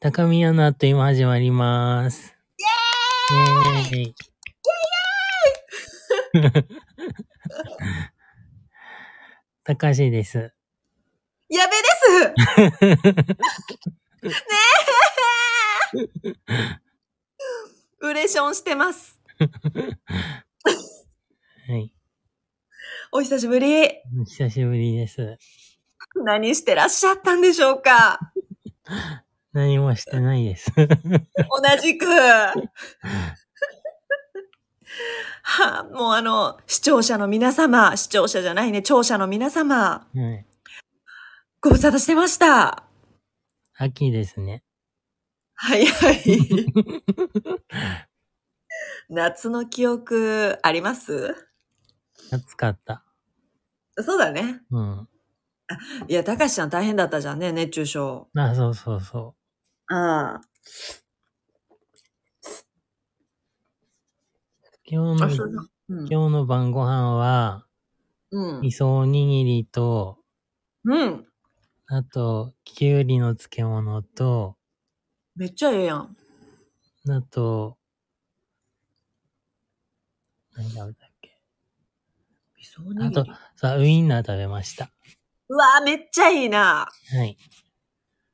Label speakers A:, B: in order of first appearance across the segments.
A: 中宮のあっという間始まります。イェーイイェーイ たかしです。
B: やべですウレションしてます。
A: はい。
B: お久しぶり。
A: お久しぶりです。
B: 何してらっしゃったんでしょうか
A: 何もしてないです。
B: 同じく。はもうあの、視聴者の皆様、視聴者じゃないね、聴者の皆
A: は
B: 様、
A: い。
B: ご無沙汰してました。
A: 秋ですね。
B: はいはい。夏の記憶あります
A: 暑かった。
B: そうだね。
A: うん。
B: いや、たかしちゃん大変だったじゃんね、熱中症。
A: あ、そうそうそう。
B: ああ。
A: 今日
B: あ、
A: の、
B: そう
A: 今
B: だ。うん。
A: 日の晩ご飯は、
B: うん。
A: 味噌おにぎりと、
B: うん。
A: あと、きゅうりの漬物と、
B: めっちゃええやん。
A: あと、何食べたっけ
B: 味噌おにぎり
A: あとさあ、ウインナー食べました。
B: うわーめっちゃいいな。
A: はい。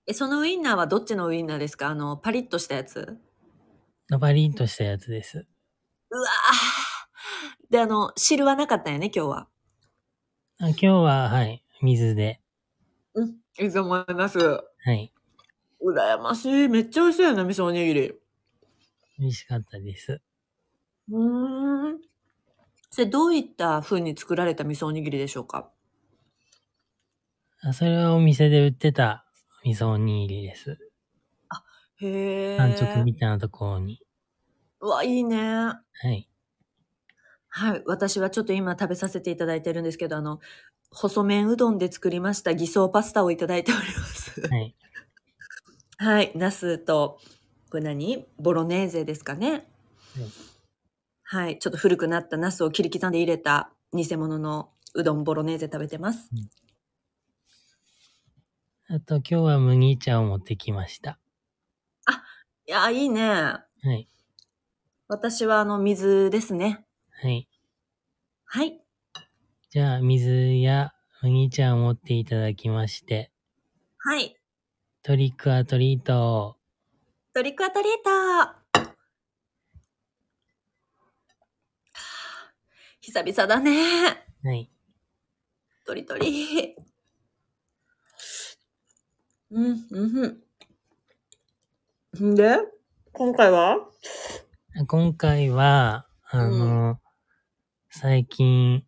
B: え、そのウインナーはどっちのウインナーですかあの、パリッとしたやつ
A: バリーとしたやつです。
B: うわーで、あの、汁はなかったよね、今日は。
A: あ今日は、はい、水で。
B: うん。いいと思います。う
A: はい。
B: らやましい。めっちゃ美味しいよね、味噌おにぎり。う
A: 美味しかったです。
B: ーん。それ、どういった風に作られた味噌おにぎりでしょうか
A: あそれはお店で売ってた味噌おにぎりです。
B: へえ。
A: 半直みたいなところに。
B: うわ、いいね。
A: はい。
B: はい。私はちょっと今食べさせていただいてるんですけど、あの、細麺うどんで作りました偽装パスタをいただいております。
A: はい。
B: はい。ナスと、これ何ボロネーゼですかね。はい。ちょっと古くなったナスを切り刻んで入れた偽物のうどんボロネーゼ食べてます。
A: あと、今日は麦茶を持ってきました。
B: いやー、いいね。
A: はい。
B: 私はあの、水ですね。
A: はい。
B: はい。
A: じゃあ、水や麦茶を持っていただきまして、
B: はい。
A: トリックアトリートを
B: トリックアトリート久々だね。
A: はい。
B: とりとり。 うん、うんふん。んで、今回は
A: 今回は、あの、最近、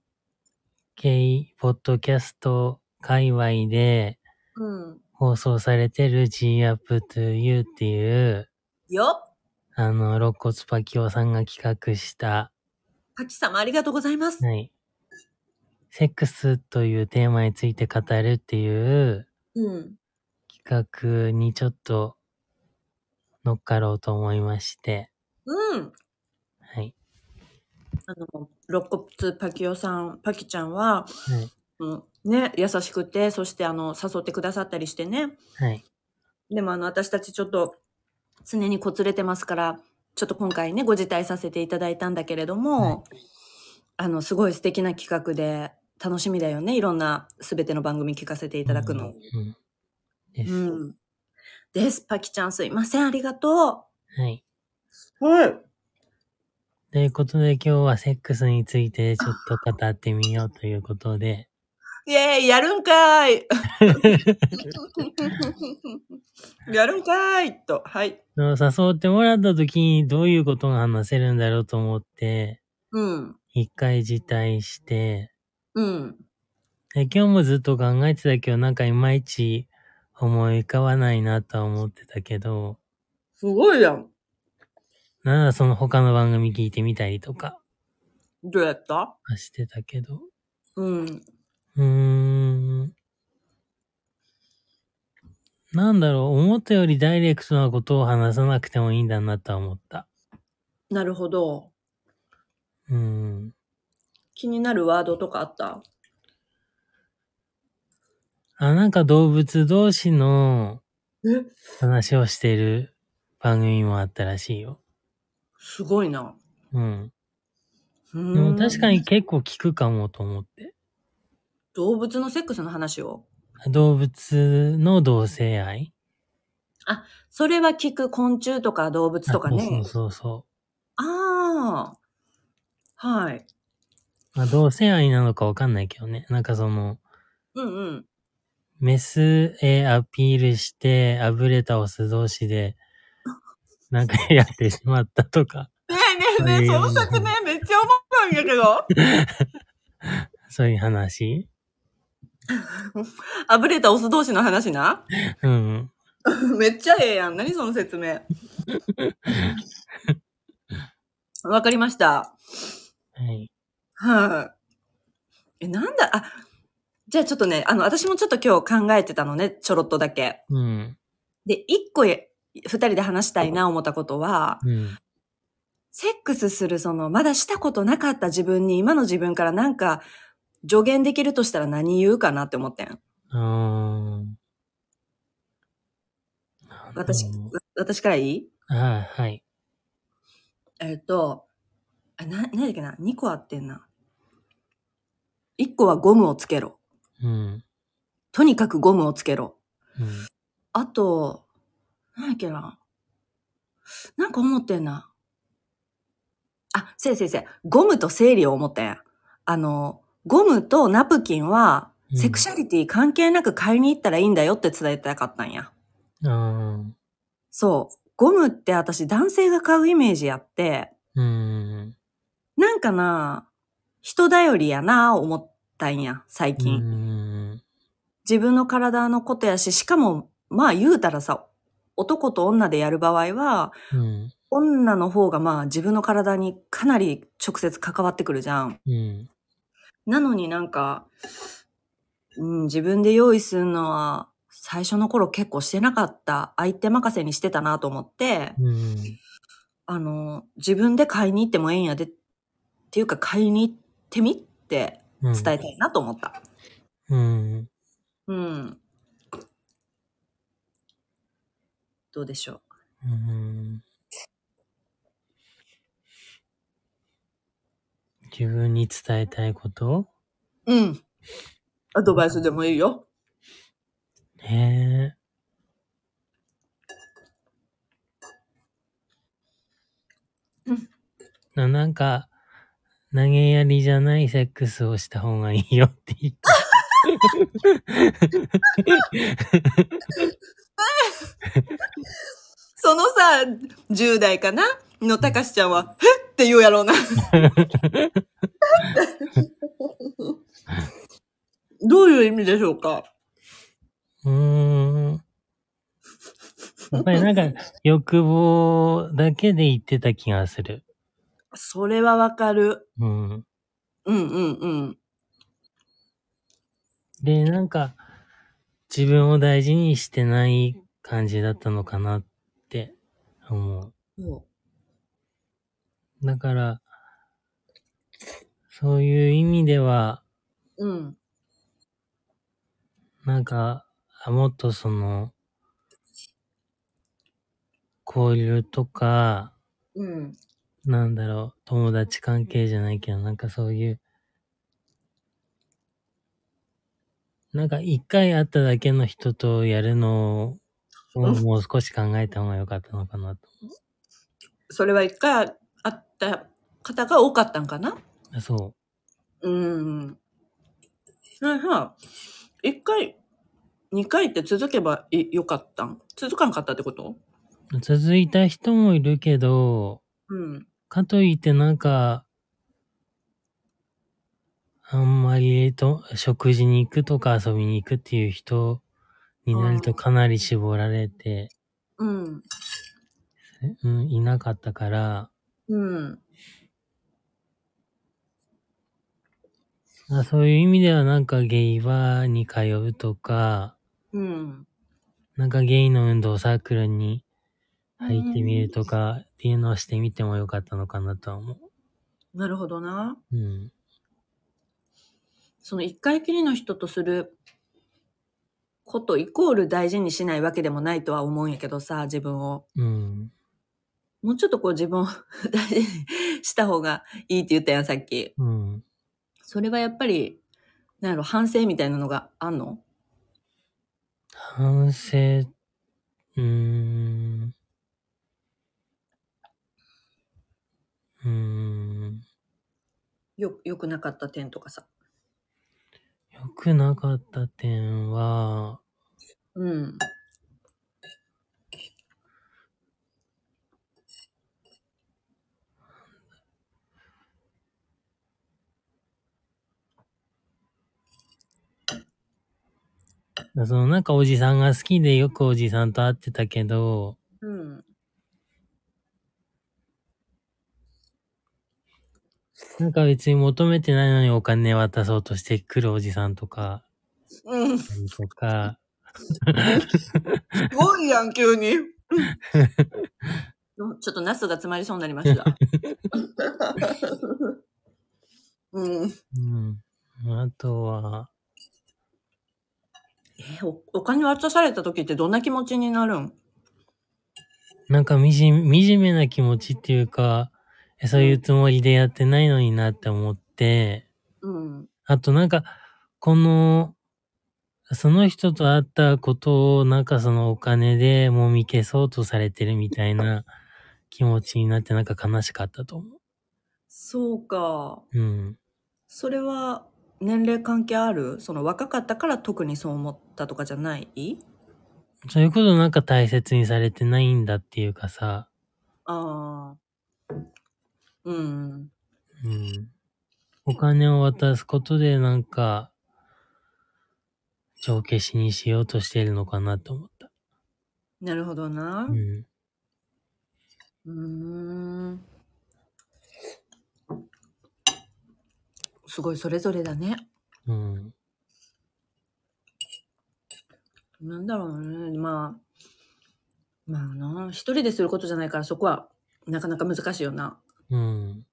A: K、ポッドキャスト界隈で
B: うん。
A: 放送されてる G Up to You っていう、
B: よっ
A: あの、肋骨パキオさんが企画した、
B: パキ様ありがとうございます。
A: はい。セックスというテーマについて語るっていう
B: うん。
A: 企画にちょっと乗っかろうと思いまして、
B: うん。
A: はい。
B: あの、肋骨パキオさん、パキちゃんは、
A: はい。
B: うん、ね、優しくて、そしてあの、誘ってくださったりしてね。
A: はい。
B: でもあの、私たちちょっと、常にこつれてますから、ちょっと今回ね、ご辞退させていただいたんだけれども、あの、すごい素敵な企画で、楽しみだよね。いろんな、すべての番組聞かせていただくの。
A: うん。です。
B: うん。です。パキちゃんすいません。ありがと
A: はい。
B: う。はい。
A: ということで今日はセックスについてちょっと語ってみようということで、
B: イェーイやるんかーい やるんかーいと、はい。
A: その誘ってもらった時にどういうことが話せるんだろうと思って、
B: うん。
A: 一回辞退して、
B: うん。
A: で今日もずっと考えてたけど、なんかいまいち思い浮かばないなとは思ってたけど、
B: すごいやん。
A: なんだその他の番組聞いてみたりとか
B: どうやった
A: はしてたけど、
B: うん。
A: うーん。なんだろう、思ったよりダイレクトなことを話さなくてもいいんだなとは思った。
B: なるほど。
A: うん。
B: 気になるワードとかあった
A: あ、なんか動物同士の話をしている番組もあったらしいよ。
B: すごいな。
A: うん。
B: う
A: で
B: ー
A: も
B: ん
A: 確かに。結構聞くかもと思って。
B: 動物のセックスの話を。
A: 動物の同性愛
B: それは聞く昆虫とか動物とか
A: あそう
B: ね。
A: そうそ
B: ああ。はい。
A: う。まあ、同性愛なのかわかんないけどね。なんかその、
B: うんうん。
A: メスへアピールして、あぶれたオス同士 で、なんかやってしまったとか、
B: ね
A: えねえねえその説明
B: めっちゃ思うんやけど。
A: そういう話
B: あぶれたオス同士の話な。
A: うん。
B: めっちゃええやん。何その 説明。わかりました。
A: はい。
B: はい、え、なんだ、あ、じゃあちょっとね、あの、私もちょっと今日考えてたのね、ちょろっとだけ。
A: うん。
B: で、一個え、二人で話したいな思ったことは、
A: うん。
B: セックスするその、まだしたことなかった自分に今の自分からなんか助言できるとしたら何言うかなって思ってん。
A: あー
B: 私、私からいい
A: あーはい。
B: えっと、あ、な、なんだっけな、二個あってんな。一個はゴムをつけろ。
A: うん。
B: とにかくゴムをつけろ。
A: うん。
B: あと、なんやっけな。なんか思ってんな。あ、せいせいせい。ゴムと生理を思ったやん。あの、ゴムとナプキンは、
A: うん
B: セクシャリティ関係なく買いに行ったらいいんだよって伝えたかったんや。
A: あ
B: そう。ゴムって私男性が買うイメージやって、
A: ーうん。
B: なんかな、人頼りやなぁ思ったんや、最
A: う
B: 近。
A: ん。
B: 自分の体のことやし、しかも、まあ言うたらさ、男と女でやる場合は、
A: うん。
B: 女の方がまあ自分の体にかなり直接関わってくるじゃん。
A: うん。
B: なのになんか、うん、自分で用意するのは最初の頃結構してなかった。相手任せにしてたなと思って、
A: うん。
B: あの、自分で買いに行ってもええんやで、っていうか買いに行ってみって
A: うん
B: 伝えたいなと思った。
A: うん。
B: うん。どうでしょ
A: う
B: う。
A: ん自分に伝えたいこと
B: うん。アドバイスでもいいよ。
A: ねえ。
B: うん
A: ななんか、投げやりじゃないセックスをした方がいいよって言って。
B: そのさ、10代かなのたかしちゃんは、えって言うや ろうな。どういう意味でしょうか
A: うーん。やっぱりなんか、欲望だけで言ってた気がする。
B: それはわかる。
A: うん。
B: うんうんうん。
A: で、なんか、自分を大事にしてない感じだったのかなって思う。
B: そ
A: だから、そういう意味では、
B: ううん。
A: なんか、あもっとその、交流とか、
B: うん。
A: なんだろう、友達関係じゃないけど、なんかそういう、なんか一回会っただけの人とやるのを、
B: うん
A: もう少し考えた方が良かったのかなと。
B: それは一回あった方が多かったんかな
A: そ
B: うん。なんか、一回、二回って続けばいよかったん続かんかったってこと
A: う。続いた人もいるけど、
B: うん。
A: かといってなんか、あんまりと食事に行くとか遊びに行くっていう人になる
B: う
A: と
B: ん
A: かなり絞られて、
B: うん。
A: うん、いなかったから、
B: うん。
A: まあそういう意味ではなんかゲイバーに通うとか、
B: うん。
A: なんかゲイの運動サークルに入ってみるとかっていうのをしてみてもよかったのかなとは思
B: なるほどな。
A: う。うん。
B: その一回きりの人とすることイコール大事にしないわけでもないとは思うんやけどさ、自分を。
A: うん。
B: もうちょっとこう自分を 大事にした方がいいって言ったやん、さっき。
A: うん。
B: それはやっぱり、なんやろ、反省みたいなのがあんの
A: 反省、うーん。うーん。
B: よ、良くなかった点とかさ。
A: 良くなかった点は、
B: うん。
A: そのなんかおじさんが好きでよくおじさんと会ってたけど、
B: うん。
A: なんか別に求めてないのにお金渡そうとしてくるおじさんとか、
B: うん。す
A: とか、
B: ごいやん、急に。うんちょっとナスが詰まりそうになりました。 うん。
A: うん。あとは、
B: えお、お金渡された時ってどんな気持ちになるん
A: なんかみじ、惨めな気持ちっていうか、えそういうつもりでやってないのになって思って、
B: うん。
A: あとなんか、この、その人と会ったことを、なんかそのお金でもみ消そうとされてるみたいな気持ちになって、なんか悲しかったと思
B: そうか。
A: う。うん。
B: それは年齢関係あるその若かったから特にそう思ったとかじゃない
A: そういうことなんか大切にされてないんだっていうかさ、
B: ああ。うん。
A: うん。お金を渡すことでなんか、帳消しにしようとしてるのかなと思った。
B: なるほどな
A: う。ん。
B: うーん。すごいそれぞれだね。
A: うん。
B: なんだろうね。まあ。まあな。一人ですることじゃないからそこはなかなか難しいよな。
A: うん。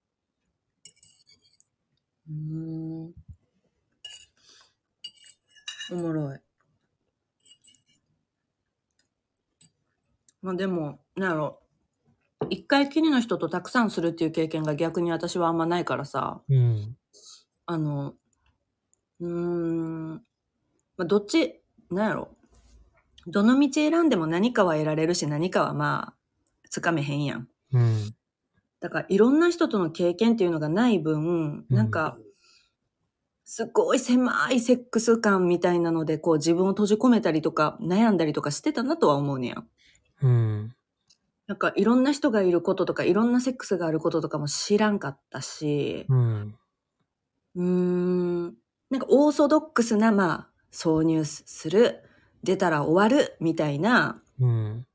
B: うーん。おもろい。まあでも、なんやろ。一回きりの人とたくさんするっていう経験が逆に私はあんまないからさ、
A: うん。
B: あの、うーん、まあどっち、なんやろ。どの道選んでも何かは得られるし何かはまあ、つかめへんやん。
A: うん。
B: だからいろんな人との経験っていうのがない分、
A: うん
B: なんか、すっごい狭いセックス感みたいなので、こう自分を閉じ込めたりとか悩んだりとかしてたなとは思うねやん。
A: うん。
B: なんかいろんな人がいることとか、いろんなセックスがあることとかも知らんかったし、
A: うん。
B: うーん、なんかオーソドックスな、まあ、挿入する、出たら終わる、みたいな、
A: うん。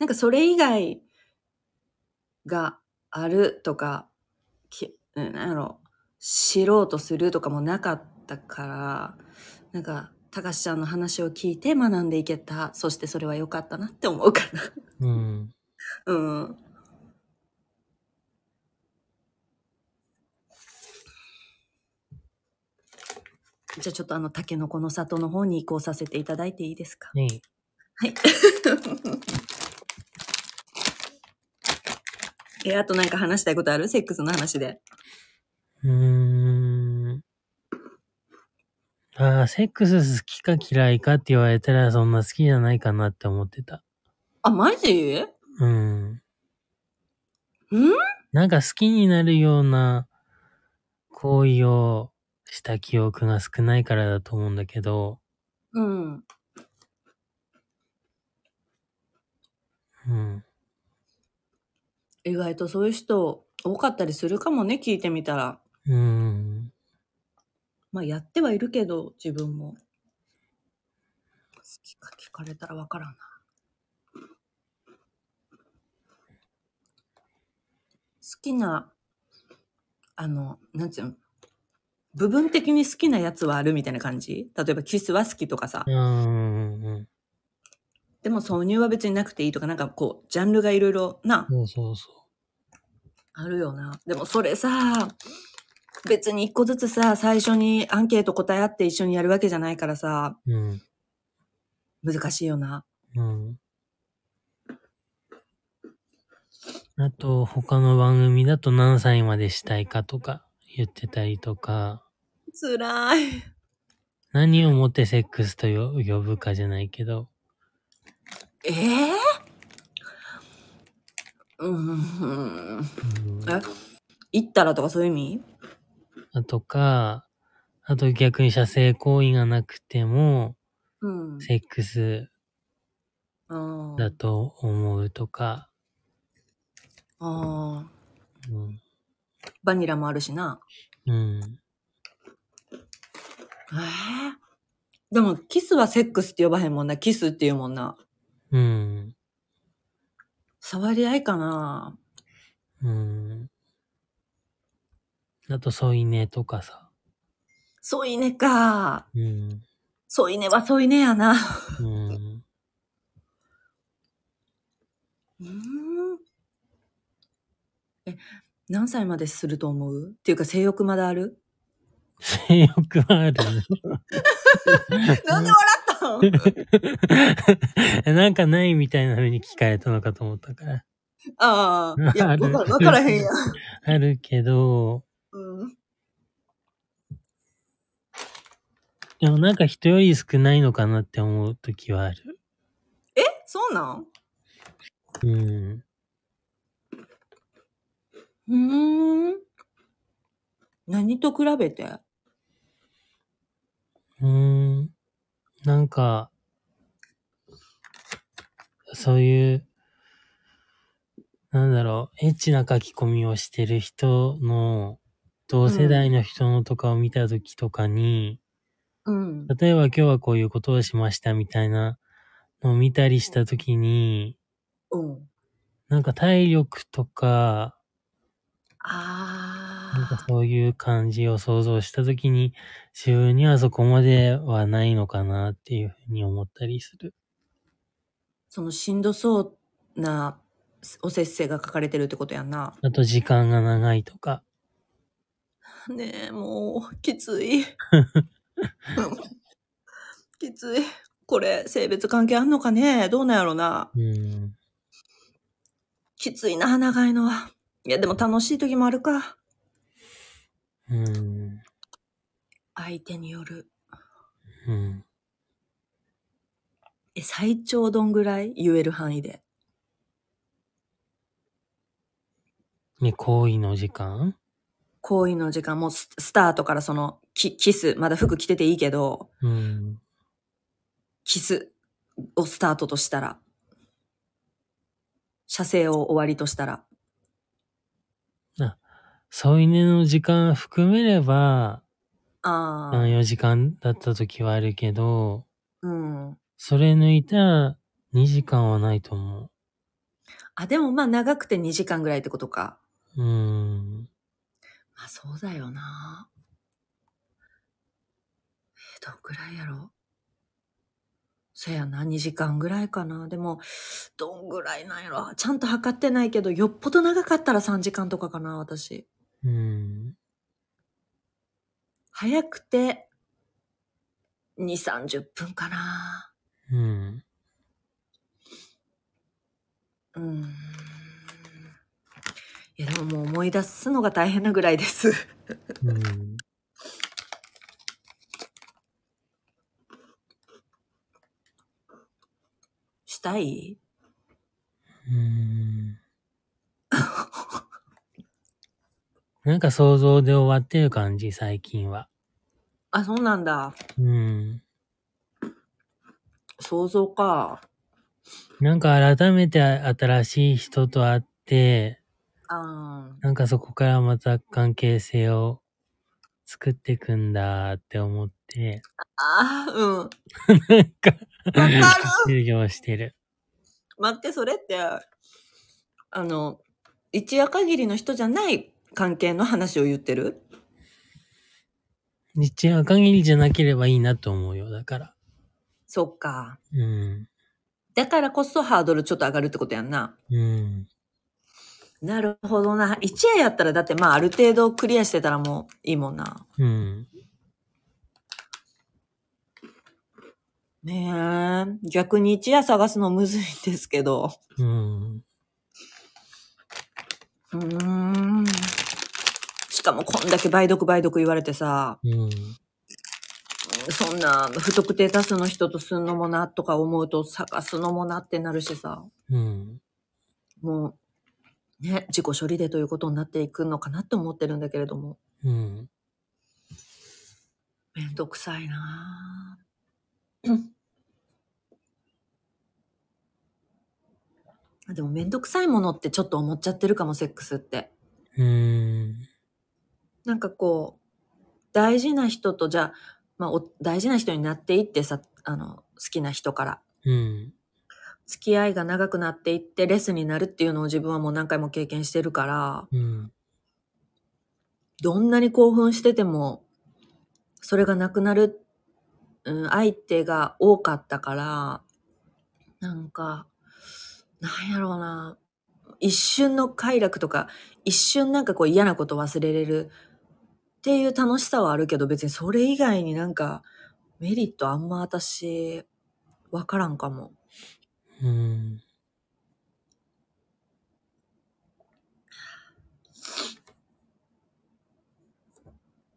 B: なんかそれ以外があるとか、きうんなんやろ、知ろうとするとかもなかったから、なんか、たかしちゃんの話を聞いて学んでいけた。そしてそれは良かったな って思うか
A: うん。
B: な。うん。じゃあちょっとあの、たけのこの里の方に移行させていただいていいですか
A: ね
B: はい。え、あとなんか話したいことあるセックスの話で。
A: うーん。ああ、セックス好きか嫌いかって言われたらそんな好きじゃないかなって思ってた。
B: あ、マジ
A: うん。
B: うん
A: なんか好きになるような行為をした記憶が少ないからだと思うんだけど、
B: うん。
A: うん。
B: 意外とそういう人多かったりするかもね、聞いてみたら。
A: うん。
B: まあやってはいるけど、自分も。好きか聞かれたらわからんな。好きな、あの、なんつうの部分的に好きなやつはあるみたいな感じ例えばキスは好きとかさ
A: う。ん。
B: でも挿入は別になくていいとか、なんかこう、ジャンルがいろいろな、
A: そうそうそ
B: あるよな。でもそれさ、別に一個ずつさ、最初にアンケート答え合って一緒にやるわけじゃないからさ、
A: う。うん。
B: 難しいよな。
A: うん。あと、他の番組だと何歳までしたいかとか言ってたりとか、
B: 辛い。
A: 何をもってセックスとよ呼ぶかじゃないけど、
B: ええうん。
A: うん、
B: え行ったらとかそういう意味
A: あとか、あと逆に射精行為がなくても、
B: うん。
A: セックス
B: あ
A: だと思うとか、
B: あー。
A: うん。
B: バニラもあるしな。
A: うん。
B: ええでも、キスはセックスって呼ばへんもんな。キスっていうもんな。
A: うん。
B: 触り合いかな。
A: うん。あと、添い寝とかさ。
B: 添い寝か。
A: うん。
B: 添い寝は添い寝やな。
A: うん。
B: うーん。え、何歳まですると思うっていうか性欲まだ ある
A: 性欲はあるね。
B: なんで笑ったん
A: なんかないみたいな風に聞かれたのかと思ったから。
B: ああ。いや、
A: あ
B: わ
A: る
B: かわからへんやん。
A: あるけど、
B: うん。
A: でもなんか人より少ないのかなって思う時はある。
B: そうなん
A: うん。
B: うーん。何と比べて
A: うーん。なんか、そういう、なんだろう、エッチな書き込みをしてる人の、同世代の人のとかを見た時とかに、
B: うん。
A: 例えば今日はこういうことをしましたみたいなのを見たりした時に、
B: うん。
A: なんか体力とか、なん
B: あ
A: かそういう感じを想像した時に、自分にはそこまではないのかなっていうふうに思ったりする。
B: そのしんどそうなおせっせが書かれてるってことやんな。
A: あと時間が長いとか。
B: ねえ、もう、きつい。うんきつい。これ、性別関係あんのかねどうなんやろな。
A: うん。
B: きついな、長いのは。いや、でも楽しい時もあるか。
A: うん。
B: 相手による。
A: うん。
B: え、最長どんぐらい言える範囲で。
A: ね、行為の時間
B: 行為の時間もススタートからそのキキス、まだ服着てていいけど、
A: うん。
B: キスをスタートとしたら、射精を終わりとしたら、
A: 添い寝の時間含めれば、
B: ああ、
A: 3、4時間だった時はあるけど、
B: うん。
A: それ抜いたら2時間はないと思
B: あ、でもまあ長くて2時間ぐらいってことか。
A: う。うん。
B: まあそうだよな。え、どんぐらいやろそやな、2時間ぐらいかな。でも、どんぐらいなんやろちゃんと測ってないけど、よっぽど長かったら3時間とかかな、私。
A: うん。
B: 早くて、2、30分かな。
A: うん。
B: うーん。いや、でももう思い出すのが大変なぐらいです。
A: うん。
B: したい
A: うん。なんか想像で終わってる感じ、最近は。
B: あ、そうなんだ。
A: うん。
B: 想像か。
A: なんか改めて新しい人と会って、
B: あー
A: なんかそこからまた関係性を作っていくんだって思って、
B: あー、うん。わ
A: なんか、
B: かる
A: 終了してる。
B: 待って、それって、あの、一夜限りの人じゃない関係の話を言ってる
A: 日夜限りじゃなければいいなと思うよ、だから。
B: そっか。
A: うん。
B: だからこそハードルちょっと上がるってことやんな。
A: うん。
B: なるほどな。一夜やったらだってまあある程度クリアしてたらもういいもんな。
A: うん。
B: ねえ。逆に一夜探すのむずいんですけど。
A: うん。
B: うーん。しかもこんだけ梅毒梅毒言われてさ、
A: うん。
B: そんな不特定多数の人とすんのもなとか思うと探すのもなってなるしさ、
A: うん。
B: もう、ね、自己処理でということになっていくのかなって思ってるんだけれども、
A: うん。
B: めんどくさいな ぁ。でもめんどくさいものってちょっと思っちゃってるかも、セックスって。
A: うん。
B: なんかこう、大事な人と、じゃあ、まあ、お大事な人になっていってさ、あの、好きな人から、
A: うん。
B: 付き合いが長くなっていって、レスになるっていうのを自分はもう何回も経験してるから、
A: うん。
B: どんなに興奮してても、それがなくなる、うん、相手が多かったから、なんか、なんやろうな、一瞬の快楽とか、一瞬なんかこう嫌なこと忘れれるっていう楽しさはあるけど、別にそれ以外になんかメリットあんま私、わからんかも。
A: うん。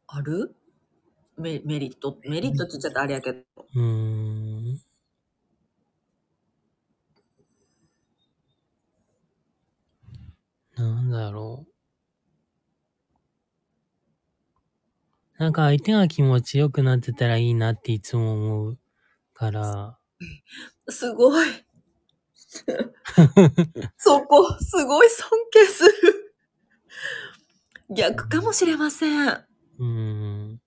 B: あるメメリット、メリットって言っちゃったらあれやけど。
A: うん。なんだろう。なんか相手が気持ちよくなってたらいいなっていつも思うから、
B: すごい。そこ、すごい尊敬する。逆かもしれません。
A: うん。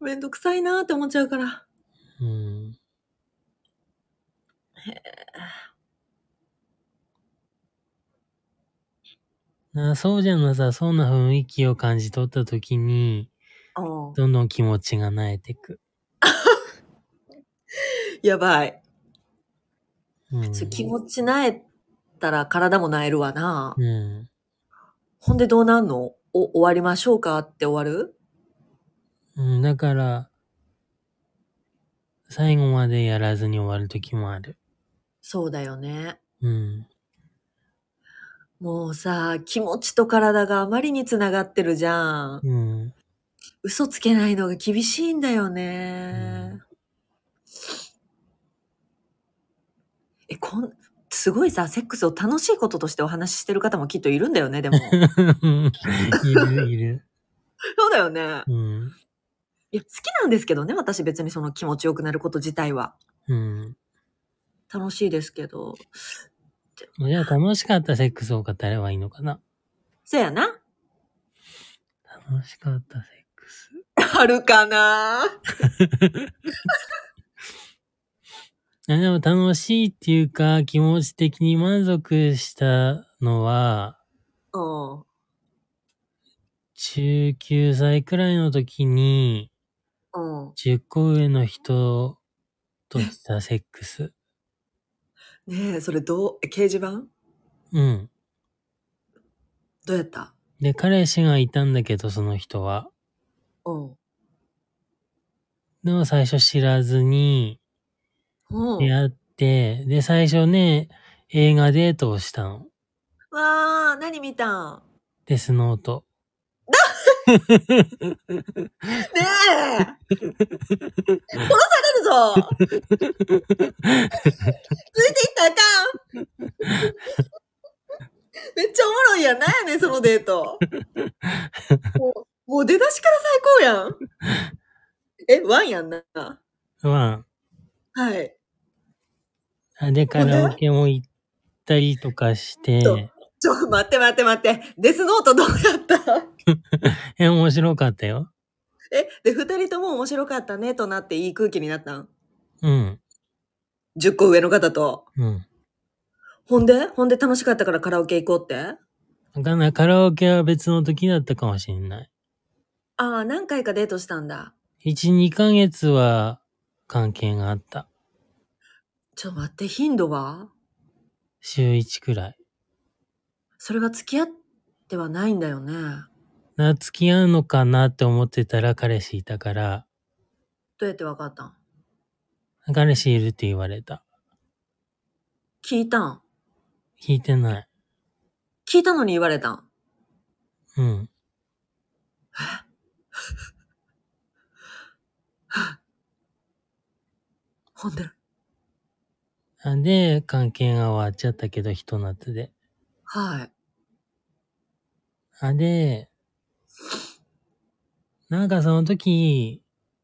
B: めんどくさいなーって思っちゃうから。
A: うん。なそうじゃなさそうな雰囲気を感じ取った時に、
B: うん
A: どんどん気持ちが慣れてく。
B: やばい。
A: うん。
B: そう気持ちなえたら体もなえるわな。
A: うん。
B: ほんでどうなんのお、終わりましょうかって終わる
A: うん、だから、最後までやらずに終わる時もある。
B: そうだよね。
A: うん。
B: もうさ、気持ちと体があまりにつながってるじゃん。
A: うん。
B: 嘘つけないのが厳しいんだよね。
A: うん
B: え、こん、すごいさ、セックスを楽しいこととしてお話ししてる方もきっといるんだよね、でも。そ
A: いる、いる。
B: うだよね。
A: うん。
B: いや、好きなんですけどね、私別にその気持ちよくなること自体は。
A: うん。
B: 楽しいですけど。
A: じゃあ楽しかったセックスを語ればいいのかな
B: そやな。
A: 楽しかったセックス。
B: あるかな
A: あでも楽しいっていうか、気持ち的に満足したのは、
B: うん。
A: 中9歳くらいの時に、
B: うん。
A: 10個上の人としたセックス。
B: ねえ、それどう、え掲示板
A: うん。
B: どうやった
A: で、彼氏がいたんだけど、その人は。
B: うん。
A: でも最初知らずに
B: うん。
A: 出会って、で、最初ね、映画デートをしたの。
B: わあ、何見たん
A: デスノート。
B: ねえ殺されるぞついていったらあかんめっちゃおもろいやん。なんやねん、そのデート。もう、もう出だしから最高やん。え、ワンやんな。
A: ま
B: はい。
A: あ、で、カラオケも行ったりとかして、
B: そうちょ、待って待って待って。デスノートどうやった
A: え、面白かったよ。
B: え、で、二人とも面白かったね、となっていい空気になったん
A: うん、
B: ?10 個上の方と。
A: うん。
B: ほんでほんで楽しかったからカラオケ行こうって
A: わかんない。カラオケは別の時だったかもしれない。
B: ああ、何回かデートしたんだ。
A: 1、2ヶ月は関係があった。
B: ちょっと待って、頻度は
A: 週1くらい。
B: それは付き合ってはないんだよね。
A: な、付き合うのかなって思ってたら彼氏いたから、
B: とどうやってわかったん
A: 彼氏いるって言われた。
B: 聞いたん
A: 聞いてない。
B: 聞いたのに言われたん
A: うん。
B: ほんで。
A: あで、関係が終わっちゃったけど、ひと夏で。
B: はい。
A: あで、なんかその時、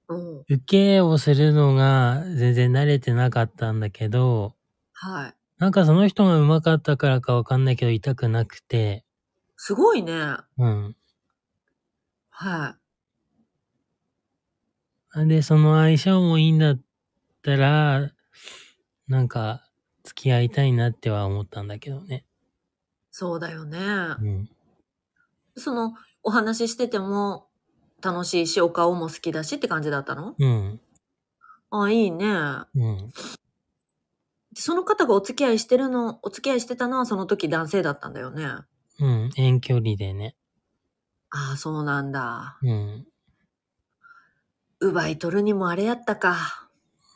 B: うん。
A: 受けをするのが全然慣れてなかったんだけど、
B: はい。
A: なんかその人が上手かったからかわかんないけど痛くなくて、
B: すごいね。は
A: うん。
B: い。
A: で、その相性もいいんだったら、なんか付き合いたいなっては思ったんだけどね。
B: そうだよね。
A: うん。
B: その、お話ししてても楽しいし、お顔も好きだしって感じだったの
A: うん。
B: あ、いいね。
A: うん。
B: でその方がお付き合いしてるの、お付き合いしてたのはその時男性だったんだよね。あ
A: うん。遠距離でね。
B: あ、そうなんだ。
A: うん。
B: 奪い取るにもあれやったか。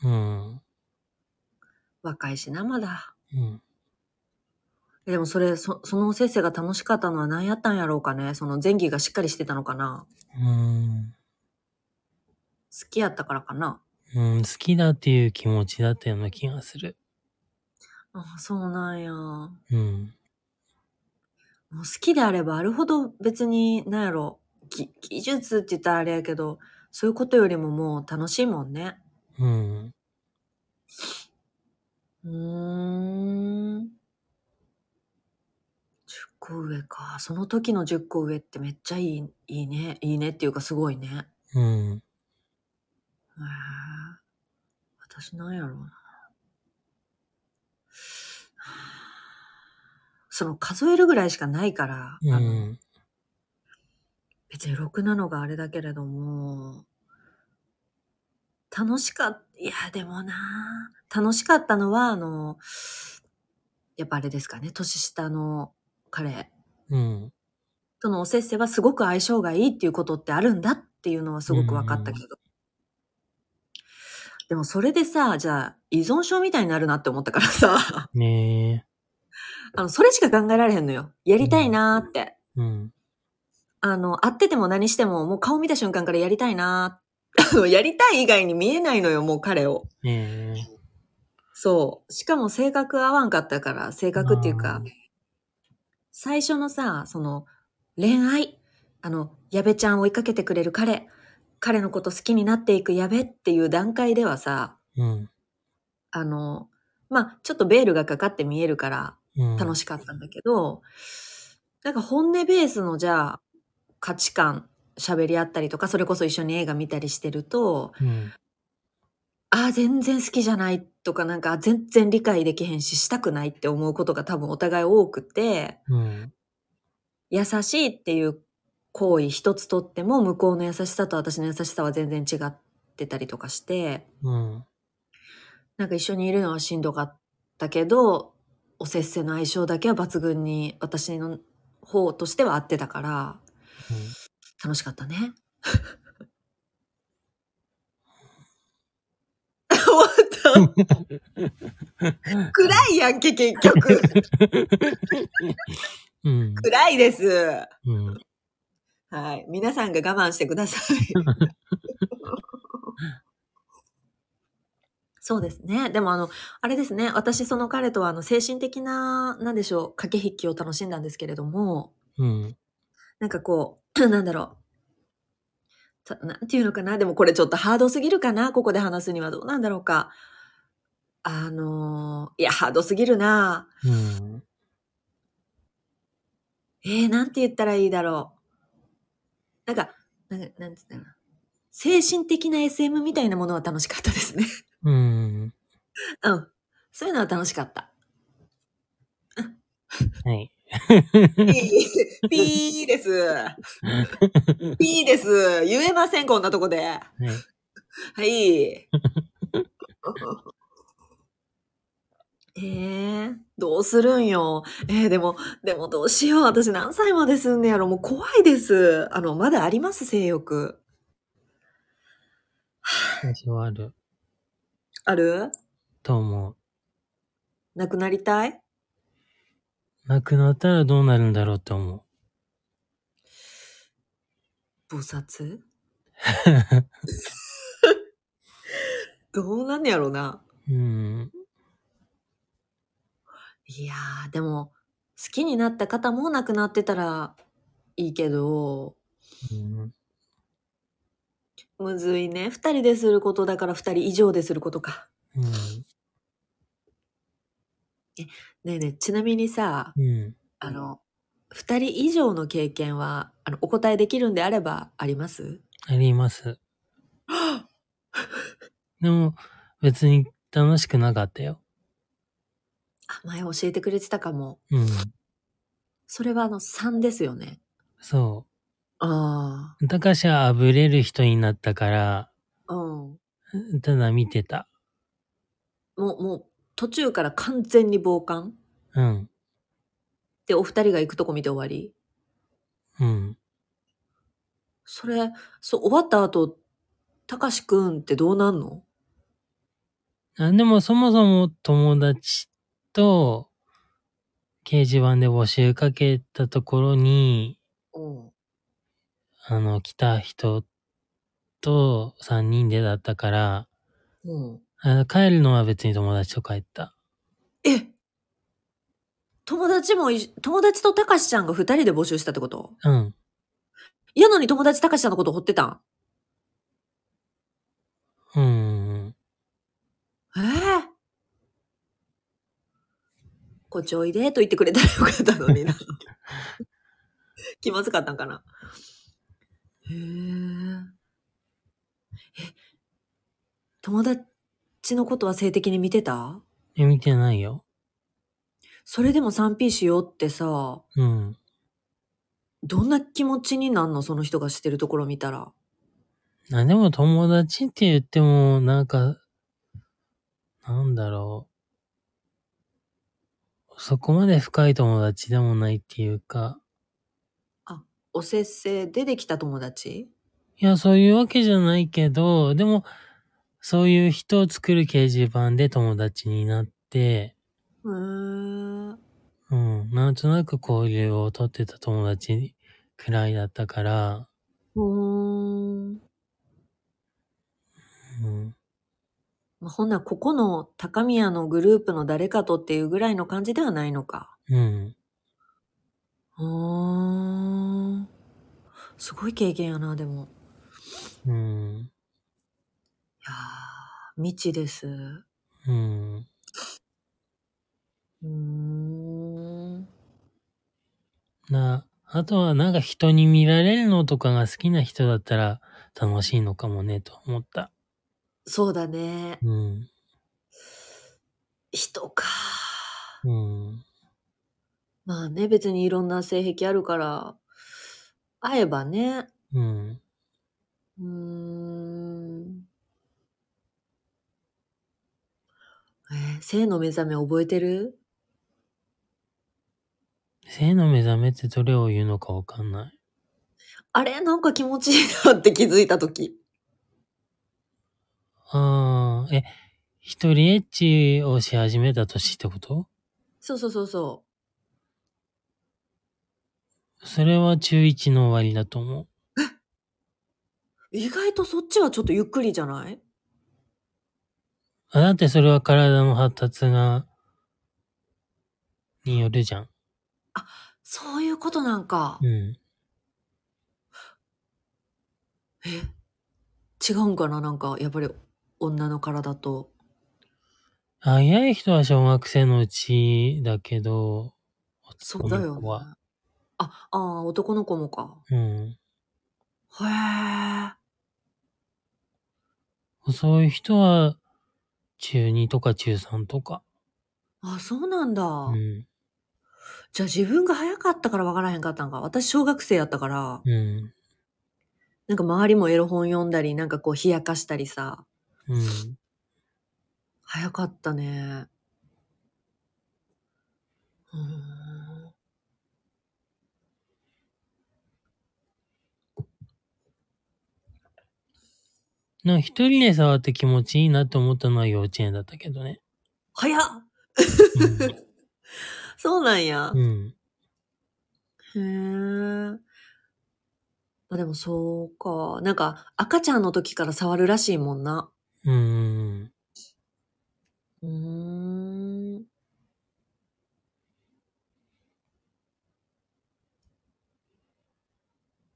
A: うん。
B: 若いしな、まだ。
A: うん。
B: えでもそれ、そ、その先生が楽しかったのは何やったんやろうかね。その前儀がしっかりしてたのかな。
A: うん。
B: 好きやったからかな。
A: うん、好きだっていう気持ちだったような気がする。
B: ああ、そうなんや。も
A: うん。
B: う好きであればあるほど別に、なんやろ。ぎ技術って言ったらあれやけど、そういうことよりももう楽しいもんね。
A: うん。
B: うーん。10個上か。その時の10個上ってめっちゃいい、いいね。いいねっていうかすごいね。へえ。
A: うん。
B: 私なんやろうな。その数えるぐらいしかないから、
A: う
B: あの
A: ん。
B: 別に6なのがあれだけれども、楽しかっいや、でもな楽しかったのは、あの、やっぱあれですかね、年下の彼
A: うん。
B: とのおせっせはすごく相性がいいっていうことってあるんだっていうのはすごく分かったけど。でもそれでさ、じゃあ依存症みたいになるなって思ったからさ、
A: ね
B: あの、それしか考えられへんのよ。やりたいなーって。
A: え。うん。
B: あの、会ってても何してももう顔見た瞬間からやりたいなー あのやりたい以外に見えないのよ、もう彼を。
A: ねえ。
B: そう。しかも性格合わんかったから、性格っていうか、最初のさ、その、恋愛。あの、矢部ちゃん追いかけてくれる彼。彼のこと好きになっていく矢部っていう段階ではさ、
A: うん。
B: あの、まあ、ちょっとベールがかかって見えるから
A: うん。
B: 楽
A: し
B: しかったんだけど、なんか本音ベースのじゃあ、価値観、喋り合ったりとか、それこそ一緒に映画見たりしてると、
A: うん。
B: ああ、全然好きじゃないとか、なんかあ全然理解できへんし、したくないって思うことが多分お互い多くて、
A: うん。
B: 優しいっていう行為一つとっても、向こうの優しさと私の優しさは全然違ってたりとかして、
A: うん。
B: なんか一緒にいるのはしんどかったけど、おせっせの相性だけは抜群に私の方としては合ってたから、楽しかったね。終わった。暗いやんけ、結 局。
A: うん。
B: 暗いです。
A: うん。
B: はい。皆さんが我慢してくださ い。そうですね。でも、あの、あれですね。私、その彼とは、あの、精神的な、なんでしょう、駆け引きを楽しんだんですけれども、
A: うん。
B: なんかこう、 なんだろう。たなんていうのかな。でもこれちょっとハードすぎるかな。ここで話すにはどうなんだろうか。あのーいや、ハードすぎるな。
A: うん。
B: えー、なんて言ったらいいだろう。なんか、なんかなんて言ったらいいかな。精神的な SM みたいなものは楽しかったですね。
A: うん。
B: うん。そういうのは楽しかった。
A: はい。
B: ピー、ピーです。ピーです。言えません、こんなとこで。
A: はい。
B: はい。 えー、どうするんよ。えー、でも、でもどうしよう。私何歳まですんねやろ。もう怖いです。あの、まだあります、性欲。
A: 私はある
B: ある
A: と思う。
B: なくなりたい
A: なくなったらどうなるんだろうって思う。
B: 菩薩どうなんやろな。
A: うん。
B: いやー、でも、好きになった方も亡くなってたらいいけど、
A: うん
B: むずいね。二人ですることだから二人以上ですることか。
A: うん。
B: ねえねえ、ちなみにさ、
A: うん。
B: あの、二人以上の経験は、あの、お答えできるんであればあります
A: あり ます。でも、別に楽しくなかったよ。
B: あ、前教えてくれてたかも。
A: うん。
B: それはあの、3ですよね。
A: そ
B: あ
A: う。たかしはあぶれる人になったから、
B: あ、うん。
A: ただ見てた。
B: もう、もう、途中から完全に傍観
A: うん。
B: で、お二人が行くとこ見て終わり
A: うん。
B: それ、そう、終わった後、たかしくんってどうなんの
A: あでも、そもそも友達と、掲示板で募集かけたところに、
B: うん。
A: あの、来た人と3人でだったから、
B: うん。
A: あの帰るのは別に友達と帰った。
B: え友達もい、友達とたかしちゃんが二人で募集したってこと
A: うん。
B: やのに友達たかしちゃんのこと掘ってたん
A: うんうん。
B: ええこっちおいでと言ってくれたらよかったのにな。気まずかったんかな。へえ。え、友達のことは性的に見てた
A: え、見てないよ。
B: それでも 3P しようってさ、
A: うん。
B: どんな気持ちになんのその人がしてるところ見たら。
A: あ、でも友達って言っても、なんか、なんだろう。そこまで深い友達でもないっていうか、
B: おせっせ出てきた友達
A: いや、そういうわけじゃないけど、でも、そういう人を作る掲示板で友達になって、
B: うーん。
A: うん、なんとなく交流をとってた友達くらいだったから、
B: うーん。
A: うん、
B: まあ、ほんならここの高宮のグループの誰かとっていうぐらいの感じではないのか。
A: うん、
B: うーん。すごい経験やな、でも。
A: うん、
B: いやー、未知です。う
A: うん。
B: ーん。
A: な、あとはなんか人に見られるのとかが好きな人だったら楽しいのかもねと思った。
B: そうだね。
A: うん、
B: 人か。
A: うん、
B: まあね、別にいろんな性癖あるから、会えばね。
A: うん、
B: うーん。えー性の目覚め覚えてる
A: 性の目覚めってどれを言うのかわかんない。
B: あれなんか気持ちいいなって気づいたとき。
A: ああ、え、一人エッチをし始めた年ってこと
B: そうそうそうそ
A: それは中1の終わりだと思う。
B: う。意外とそっちはちょっとゆっくりじゃない
A: あだってそれは体の発達が、によるじゃん。
B: そういうことなんか。
A: うん。
B: え違うんかななんか、やっぱり女の体と。
A: 早い人は小学生のうちだけど、
B: そうだ
A: 男
B: よ、
A: の
B: ね
A: 子は。
B: あ、ああ、男の子もか。
A: うん。
B: へえ。
A: そういう人は、中2とか中3とか。
B: あ、そうなんだ。
A: うん。
B: じゃあ自分が早かったから分からへんかったんか。私小学生やったから、
A: うん。
B: なんか周りもエロ本読んだり、なんかこう冷やかしたりさ。
A: うん。
B: 早かったね。うーん
A: なんか一人で触って気持ちいいなって思ったのは幼稚園だったけどね。
B: 早っそうなんや。
A: うん。うん、
B: へえ。まあでもそうか。なんか赤ちゃんの時から触るらしいもんな。
A: うんうん。
B: うーん。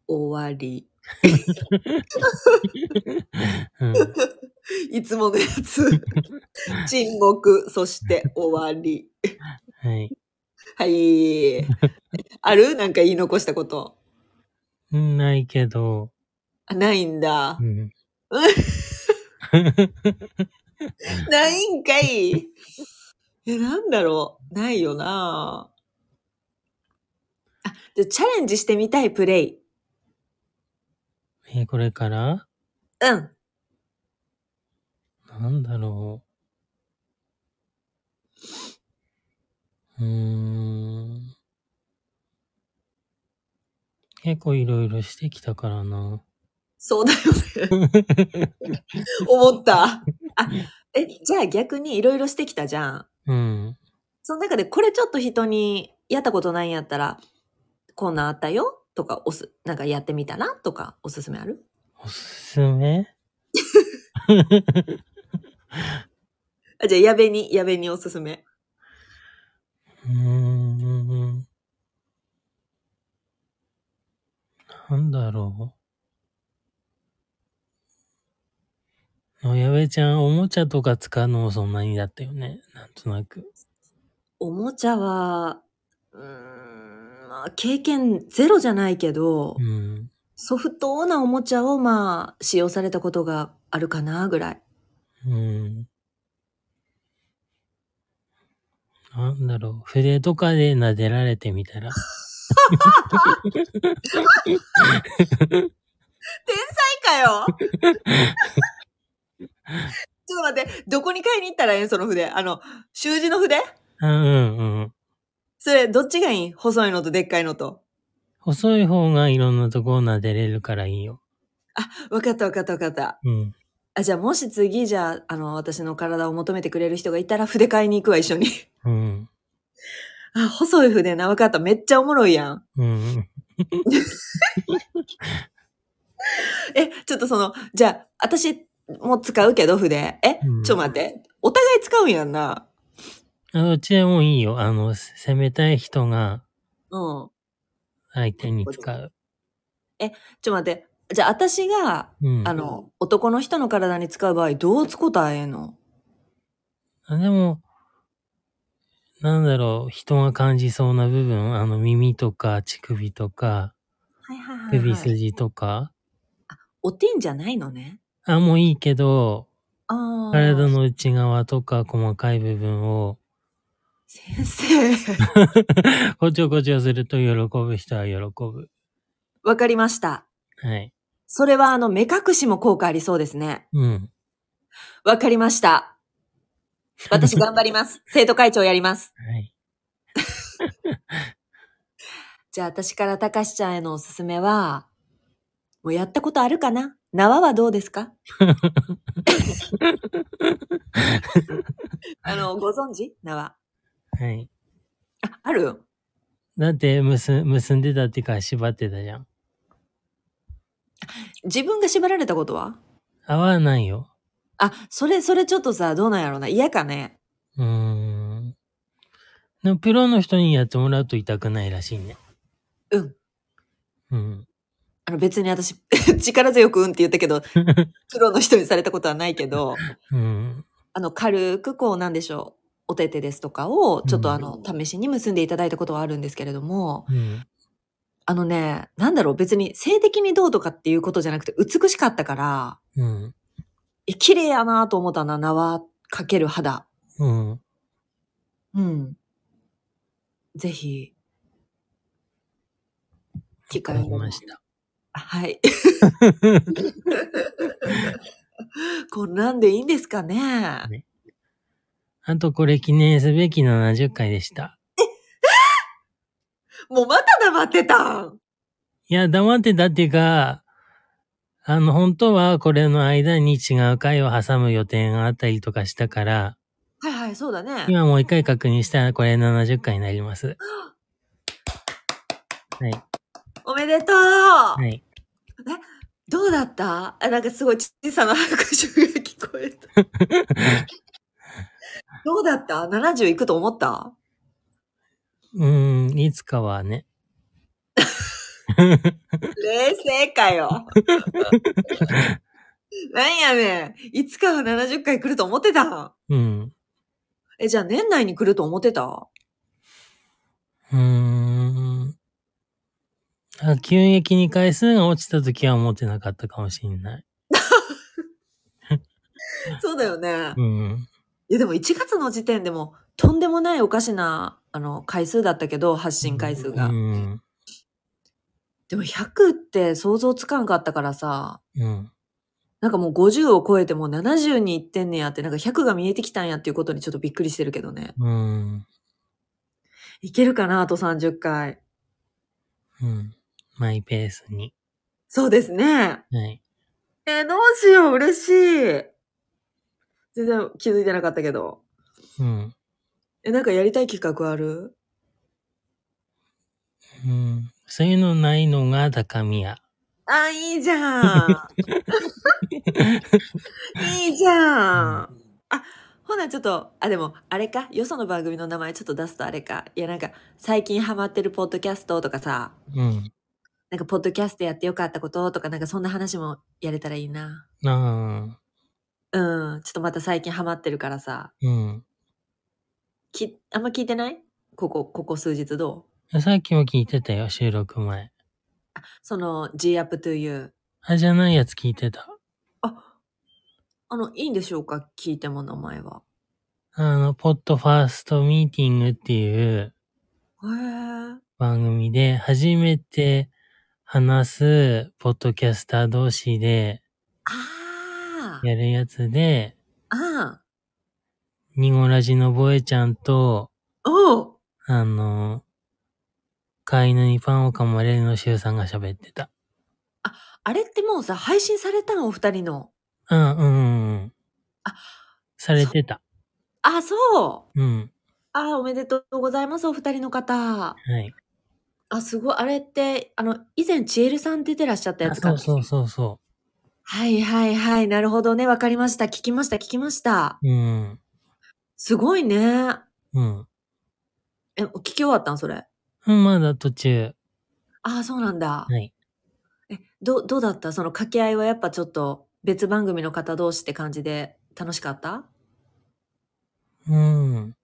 B: 終わり。
A: うん。
B: いつものやつ。沈黙、そして終わり。
A: はい。
B: はい。あるなんか言い残したこと。
A: うんないけど、
B: あないんだ
A: う。 ん。
B: ないんかい。え、なんだろう。ないよなあ、じゃあチャレンジしてみたいプレイ。
A: えーこれから
B: うん。
A: なんだろう。うーん。結構いろいろしてきたからな。
B: そうだよね。思った。あ、え、じゃあ逆にいろいろしてきたじゃん。
A: うん。
B: その中でこれちょっと人にやったことないんやったら、こんなんあったよとか、おす、なんかやってみたらとか、おすすめある
A: おすすめ
B: あ、じゃあ矢部に、矢部におすすめ。
A: うーん。なんだろう。やべちゃん、おもちゃとか使うのもそんなにだったよね。なんとなく。
B: おもちゃは、うーん、まあ、経験ゼロじゃないけど、
A: うん。
B: ソフトなおもちゃをまあ、使用されたことがあるかな、ぐらい。
A: うん。なんだろう。筆とかで撫でられてみたら。
B: か よちょっと待って、どこに買いに行ったらええんその筆。あの、習字の筆
A: うんうんうん。
B: それ、どっちがいい細いのとでっかいのと。
A: 細い方がいろんなとこを撫でれるからいいよ。
B: わかったわかったわかった。
A: うん。
B: あ、じゃあもし次、じゃあ、あの、私の体を求めてくれる人がいたら筆買いに行くわ、一緒に。
A: うん。
B: あ、細い筆な、わかった。めっちゃおもろいやん。
A: うん。
B: え、ちょっとその、じゃあ、私も使うけど、筆。え、
A: うん
B: ちょっと待って。お互い使うんやんな。
A: あのうちはもういいよ。あの、せ攻めたい人が
B: うん。
A: 相手に使う。
B: ちょっと待って。じゃあ、私が、
A: うん。
B: あの、男の人の体に使う場合、どう使うたらええの
A: あでも、なんだろう、人が感じそうな部分、あの、耳とか、乳首とか、
B: はいはい
A: 首。筋とか、
B: おてんじゃないのね。
A: あ、もういいけど、
B: ああ。
A: 体の内側とか細かい部分を、
B: 先生。
A: こちょこちょすると喜ぶ人は喜ぶ。
B: わかりました。
A: はい。
B: それは、あの、目隠しも効果ありそうですね。
A: うん。
B: わかりました。私頑張ります。生徒会長やります。
A: はい。
B: じゃあ私からたかしちゃんへのおすすめは、もうやったことあるかな縄はどうですかあの、ご存知縄。
A: はい。
B: あ、ある
A: だって、結ん、結んでたっていうか、縛ってたじゃん。
B: 自分が縛られたことは
A: 合わないよ。
B: あ、それ、それちょっとさ、どうなんやろうな。嫌かね。
A: うーん。でも、プロの人にやってもらうと痛くないらしいね。
B: うん。
A: うん。
B: あの別に私、 力強くうんって言ったけど、プロの人にされたことはないけど、
A: うん。
B: あの、軽くこう、なんでしょう。お手手ですとかを、ちょっとあ
A: う
B: の、試しに結んでいただいたことはあるんですけれども、
A: うん。
B: あのね、なんだろう、別に性的にどうとかっていうことじゃなくて、美しかったから、
A: うん。
B: え綺麗やなと思ったな、縄かける肌。
A: うん。
B: うん。ぜひ、機
A: わ
B: 会
A: か
B: を
A: りました。
B: あはい。 こんなんでいいんですかね
A: あと、これ記念すべき70回でした。
B: もうまた黙ってたん
A: いや、黙ってたっていうか、あの、本当はこれの間に違う回を挟む予定があったりとかしたから、
B: はいはい、そうだね。
A: 今もう一回確認したらこれ70回になります。はい。
B: おめでとう、
A: はい。
B: どうだったあ、なんかすごい小さな拍手が聞こえた。 どうだった ?70 いくと思った
A: うーん、いつかはね。
B: 冷静 かよ。なんやねん。いつかは70回来ると思ってたん
A: うん。
B: え、じゃあ年内に来ると思ってた
A: うーん。あ急激に回数が落ちた時は思ってなかったかもしれない。
B: そうだよね。
A: うん。
B: いやでも1月の時点でもとんでもないおかしな、あの、回数だったけど、発信回数が。
A: うん。
B: でも100って想像つかんかったからさ、
A: うん。
B: なんかもう50を超えてもう70に行ってんねやって、なんか100が見えてきたんやっていうことにちょっとびっくりしてるけどね。
A: うん。
B: いけるかなあと30回。
A: うん。マイペースに。
B: そうですね。
A: はい。
B: えーどうしよう、嬉しい。全然気づいてなかったけど。
A: うん。
B: え、なんかやりたい企画ある
A: うん。そういうのないのが高宮。
B: あ、いいじゃ ん。いいじゃん。あ、ほな、ちょっと、あ、でも、あれか、よその番組の名前ちょっと出すとあれか。いや、なんか、最近ハマってるポッドキャストとかさ、
A: うん。
B: なんか、ポッドキャストやってよかったこととか、なんか、そんな話もやれたらいいな。
A: ああ。
B: うん、ちょっとまた最近ハマってるからさ、
A: うん。
B: き、あんま聞いてないここ、ここ数日どう
A: さっきも聞いてたよ、収録前。
B: その、G up to you。
A: あ、じゃないやつ聞いてた。
B: あの、いいんでしょうか聞いても名前は。
A: あの、ポッドファーストミーティングっていう
B: へえ。
A: 番組で、初めて話すポッドキャスター同士で
B: あー。
A: やるやつで、
B: あ
A: ニゴラジのボエちゃんと、
B: ー。おう。
A: あの、飼い犬にパンを噛まれるのシュウさんが喋ってた。
B: あれってもうさ、配信されたのお二人の。
A: うん、うん、うんうん。
B: あ、
A: されてた。
B: あ、そう。
A: うん。
B: あ、おめでとうございます、お二人の方。
A: はい。
B: あ、すごい。あれって、あの、以前、ちえるさん出てらっしゃったや
A: あ
B: つか。
A: そうそうそうそ
B: はいはいはい。なるほどね。わかりました。聞きました、聞きました。
A: う。うん。
B: すごいね。
A: うん。
B: え、聞き終わったんそれ。
A: うん、まだ途中。
B: あ、そうなんだ。
A: はい。
B: え、ど、どうだったその掛け合いはやっぱちょっと、別番組の方同士って感じで楽しかった
A: うん。
B: うん。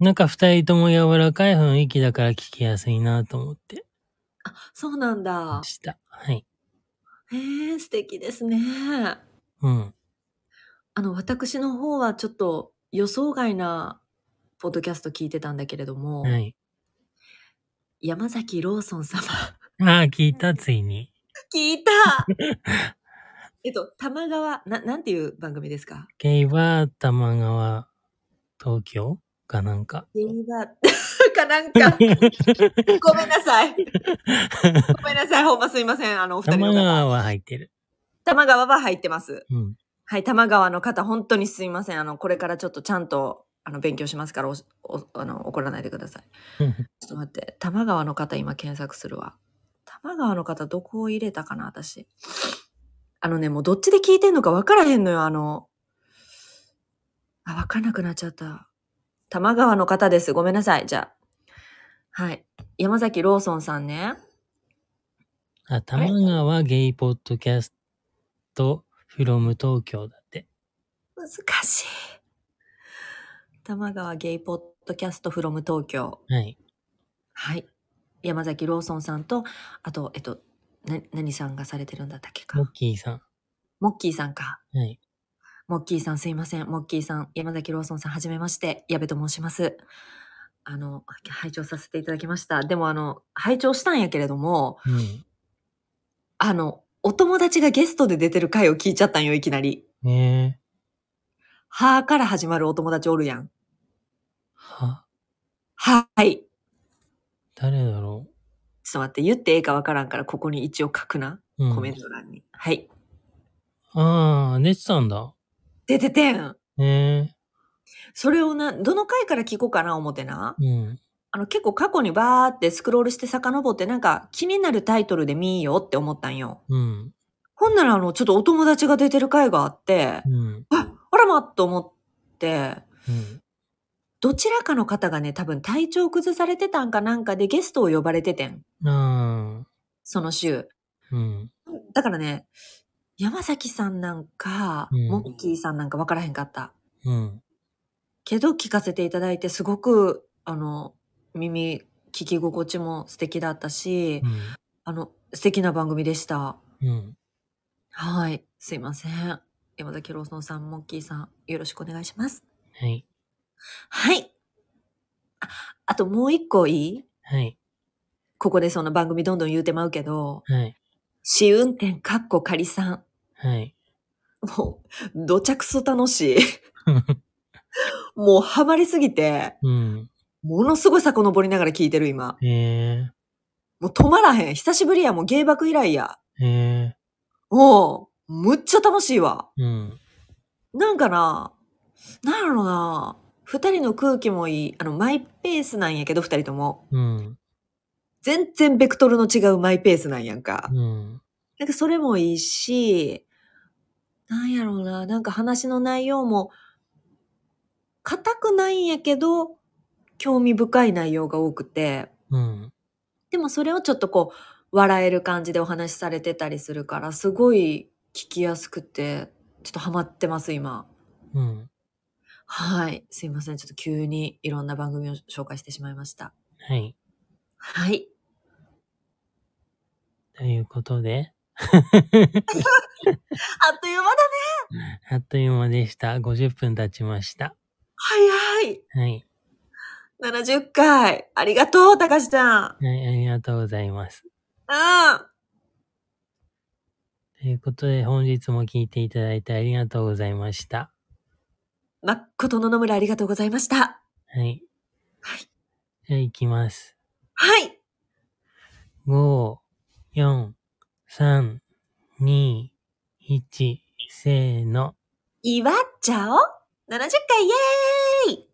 A: なんか二人とも柔らかい雰囲気だから聞きやすいなと思って
B: そうなんだ
A: ま。した。はい。
B: へえ、素敵ですね。
A: うん。
B: あの、私の方はちょっと予想外なポッドキャスト聞いてたんだけれども、
A: はい。
B: 山崎ローソン様。
A: ああ、聞いた、ついに。
B: 聞いた えっと、玉川、な、なんていう番組ですか
A: ゲイバー、玉川、東京かなんか。
B: ゲイバー かなんか。ごめんなさい。ごめんなさい。ほんますいません。あの、お二人
A: 玉
B: の方。
A: 川は入ってる。
B: 玉川は入ってます。
A: うん。
B: はい、玉川の方、本当にすいません。あの、これからちょっとちゃんと、あの、勉強しますから、おし、お、あの、怒らないでください。ちょっと待って、多摩川の方今検索するわ。多摩川の方どこを入れたかな、私。あのね、もうどっちで聞いてんのか分からへんのよ、あの。あ、分からなくなっちゃった。多摩川の方です。ごめんなさい。じゃあ。はい。山崎ローソンさんね。
A: あ、玉川ゲイポッドキャスト、フロム東京だって。
B: 難しい。多摩川ゲイポッドキャストフロム東京。
A: はい。
B: はい。山崎ローソンさんと、あと、えっと、な、何さんがされてるんだったっけ
A: モ
B: か
A: ッ。キーさ
B: モッキーさんか。
A: ん。はい。
B: モッキーさんすいません。モッキーさん、山崎ローソンさん、はじめまして。矢部と申します。あの、拝聴させていただきました。でもあの、拝聴したんやけれども、
A: うん。
B: あの、お友達がゲストで出てる回を聞いちゃったんよ、いきなり。
A: ねえ。
B: はーから始まるお友達おるやん。
A: は、
B: はーい。
A: 誰だろ
B: ちょっと待って、言ってええかわからんから、ここに一応書くな。
A: うん
B: コメント欄に。はい。
A: ああ、出てたんだ。
B: 出ててん
A: ええ
B: それをな、どの回から聞こうかな、思ってな。
A: うん。
B: あの、結構過去にバーってスクロールして遡って、なんか気になるタイトルで見ようって思ったんよ。
A: うん。
B: ほんなら、あの、ちょっとお友達が出てる回があって、
A: うん。
B: あらまと思って、
A: うん。
B: どちらかの方がね、多分体調崩されてたんかなんかでゲストを呼ばれててん。
A: あ
B: その週。
A: あ。うん。
B: だからね、山崎さんなんか、
A: うん
B: モッキーさんなんか分からへんかった。
A: うん。
B: けど聞かせていただいて、すごく、あの、耳、聞き心地も素敵だったし
A: う、ん。
B: あの、素敵な番組でした。
A: うん。
B: はい。すいません。山崎ローソンさん、モッキーさん、よろしくお願いします。
A: はい。
B: はい。ああともう一個いい
A: はい。
B: ここでその番組どんどん言うてまうけど、
A: はい。
B: 試運転かっこ仮さん。
A: はい。
B: もう、どちゃくそ楽しい。もうハマりすぎて、
A: うん。
B: ものすごい遡りながら聞いてる今。
A: ええ
B: もう止まらへん。久しぶりや。もう芸爆以来や。
A: ええ
B: おう。むっちゃ楽しいわ。
A: うん。
B: なんかな、なんやろな。二人の空気もいい。あの、マイペースなんやけど、二人とも。
A: うん。
B: 全然ベクトルの違うマイペースなんやんか。
A: うん。
B: なんかそれもいいし、なんやろうな、なんか話の内容も、硬くないんやけど、興味深い内容が多くて、
A: うん。
B: でもそれをちょっとこう、笑える感じでお話しされてたりするから、すごい聞きやすくて、ちょっとハマってます、今。
A: うん。
B: はい。すいません。ちょっと急にいろんな番組を紹介してしまいました。
A: はい。
B: はい。
A: ということで、
B: あっという間だね。
A: あっという間でした。50分経ちました。
B: 早い。
A: はい。
B: 70回。ありがとう、たかしちゃん。
A: はい、ありがとうございます。
B: うん。
A: ということで、本日も聞いていただいてありがとうございました。
B: 誠の野村ありがとうございました。
A: はい。
B: はい。
A: じゃあ、行きます。
B: はい。
A: 5、4、3、2、1、せーの。
B: 祝っちゃおう !70 回イエーイ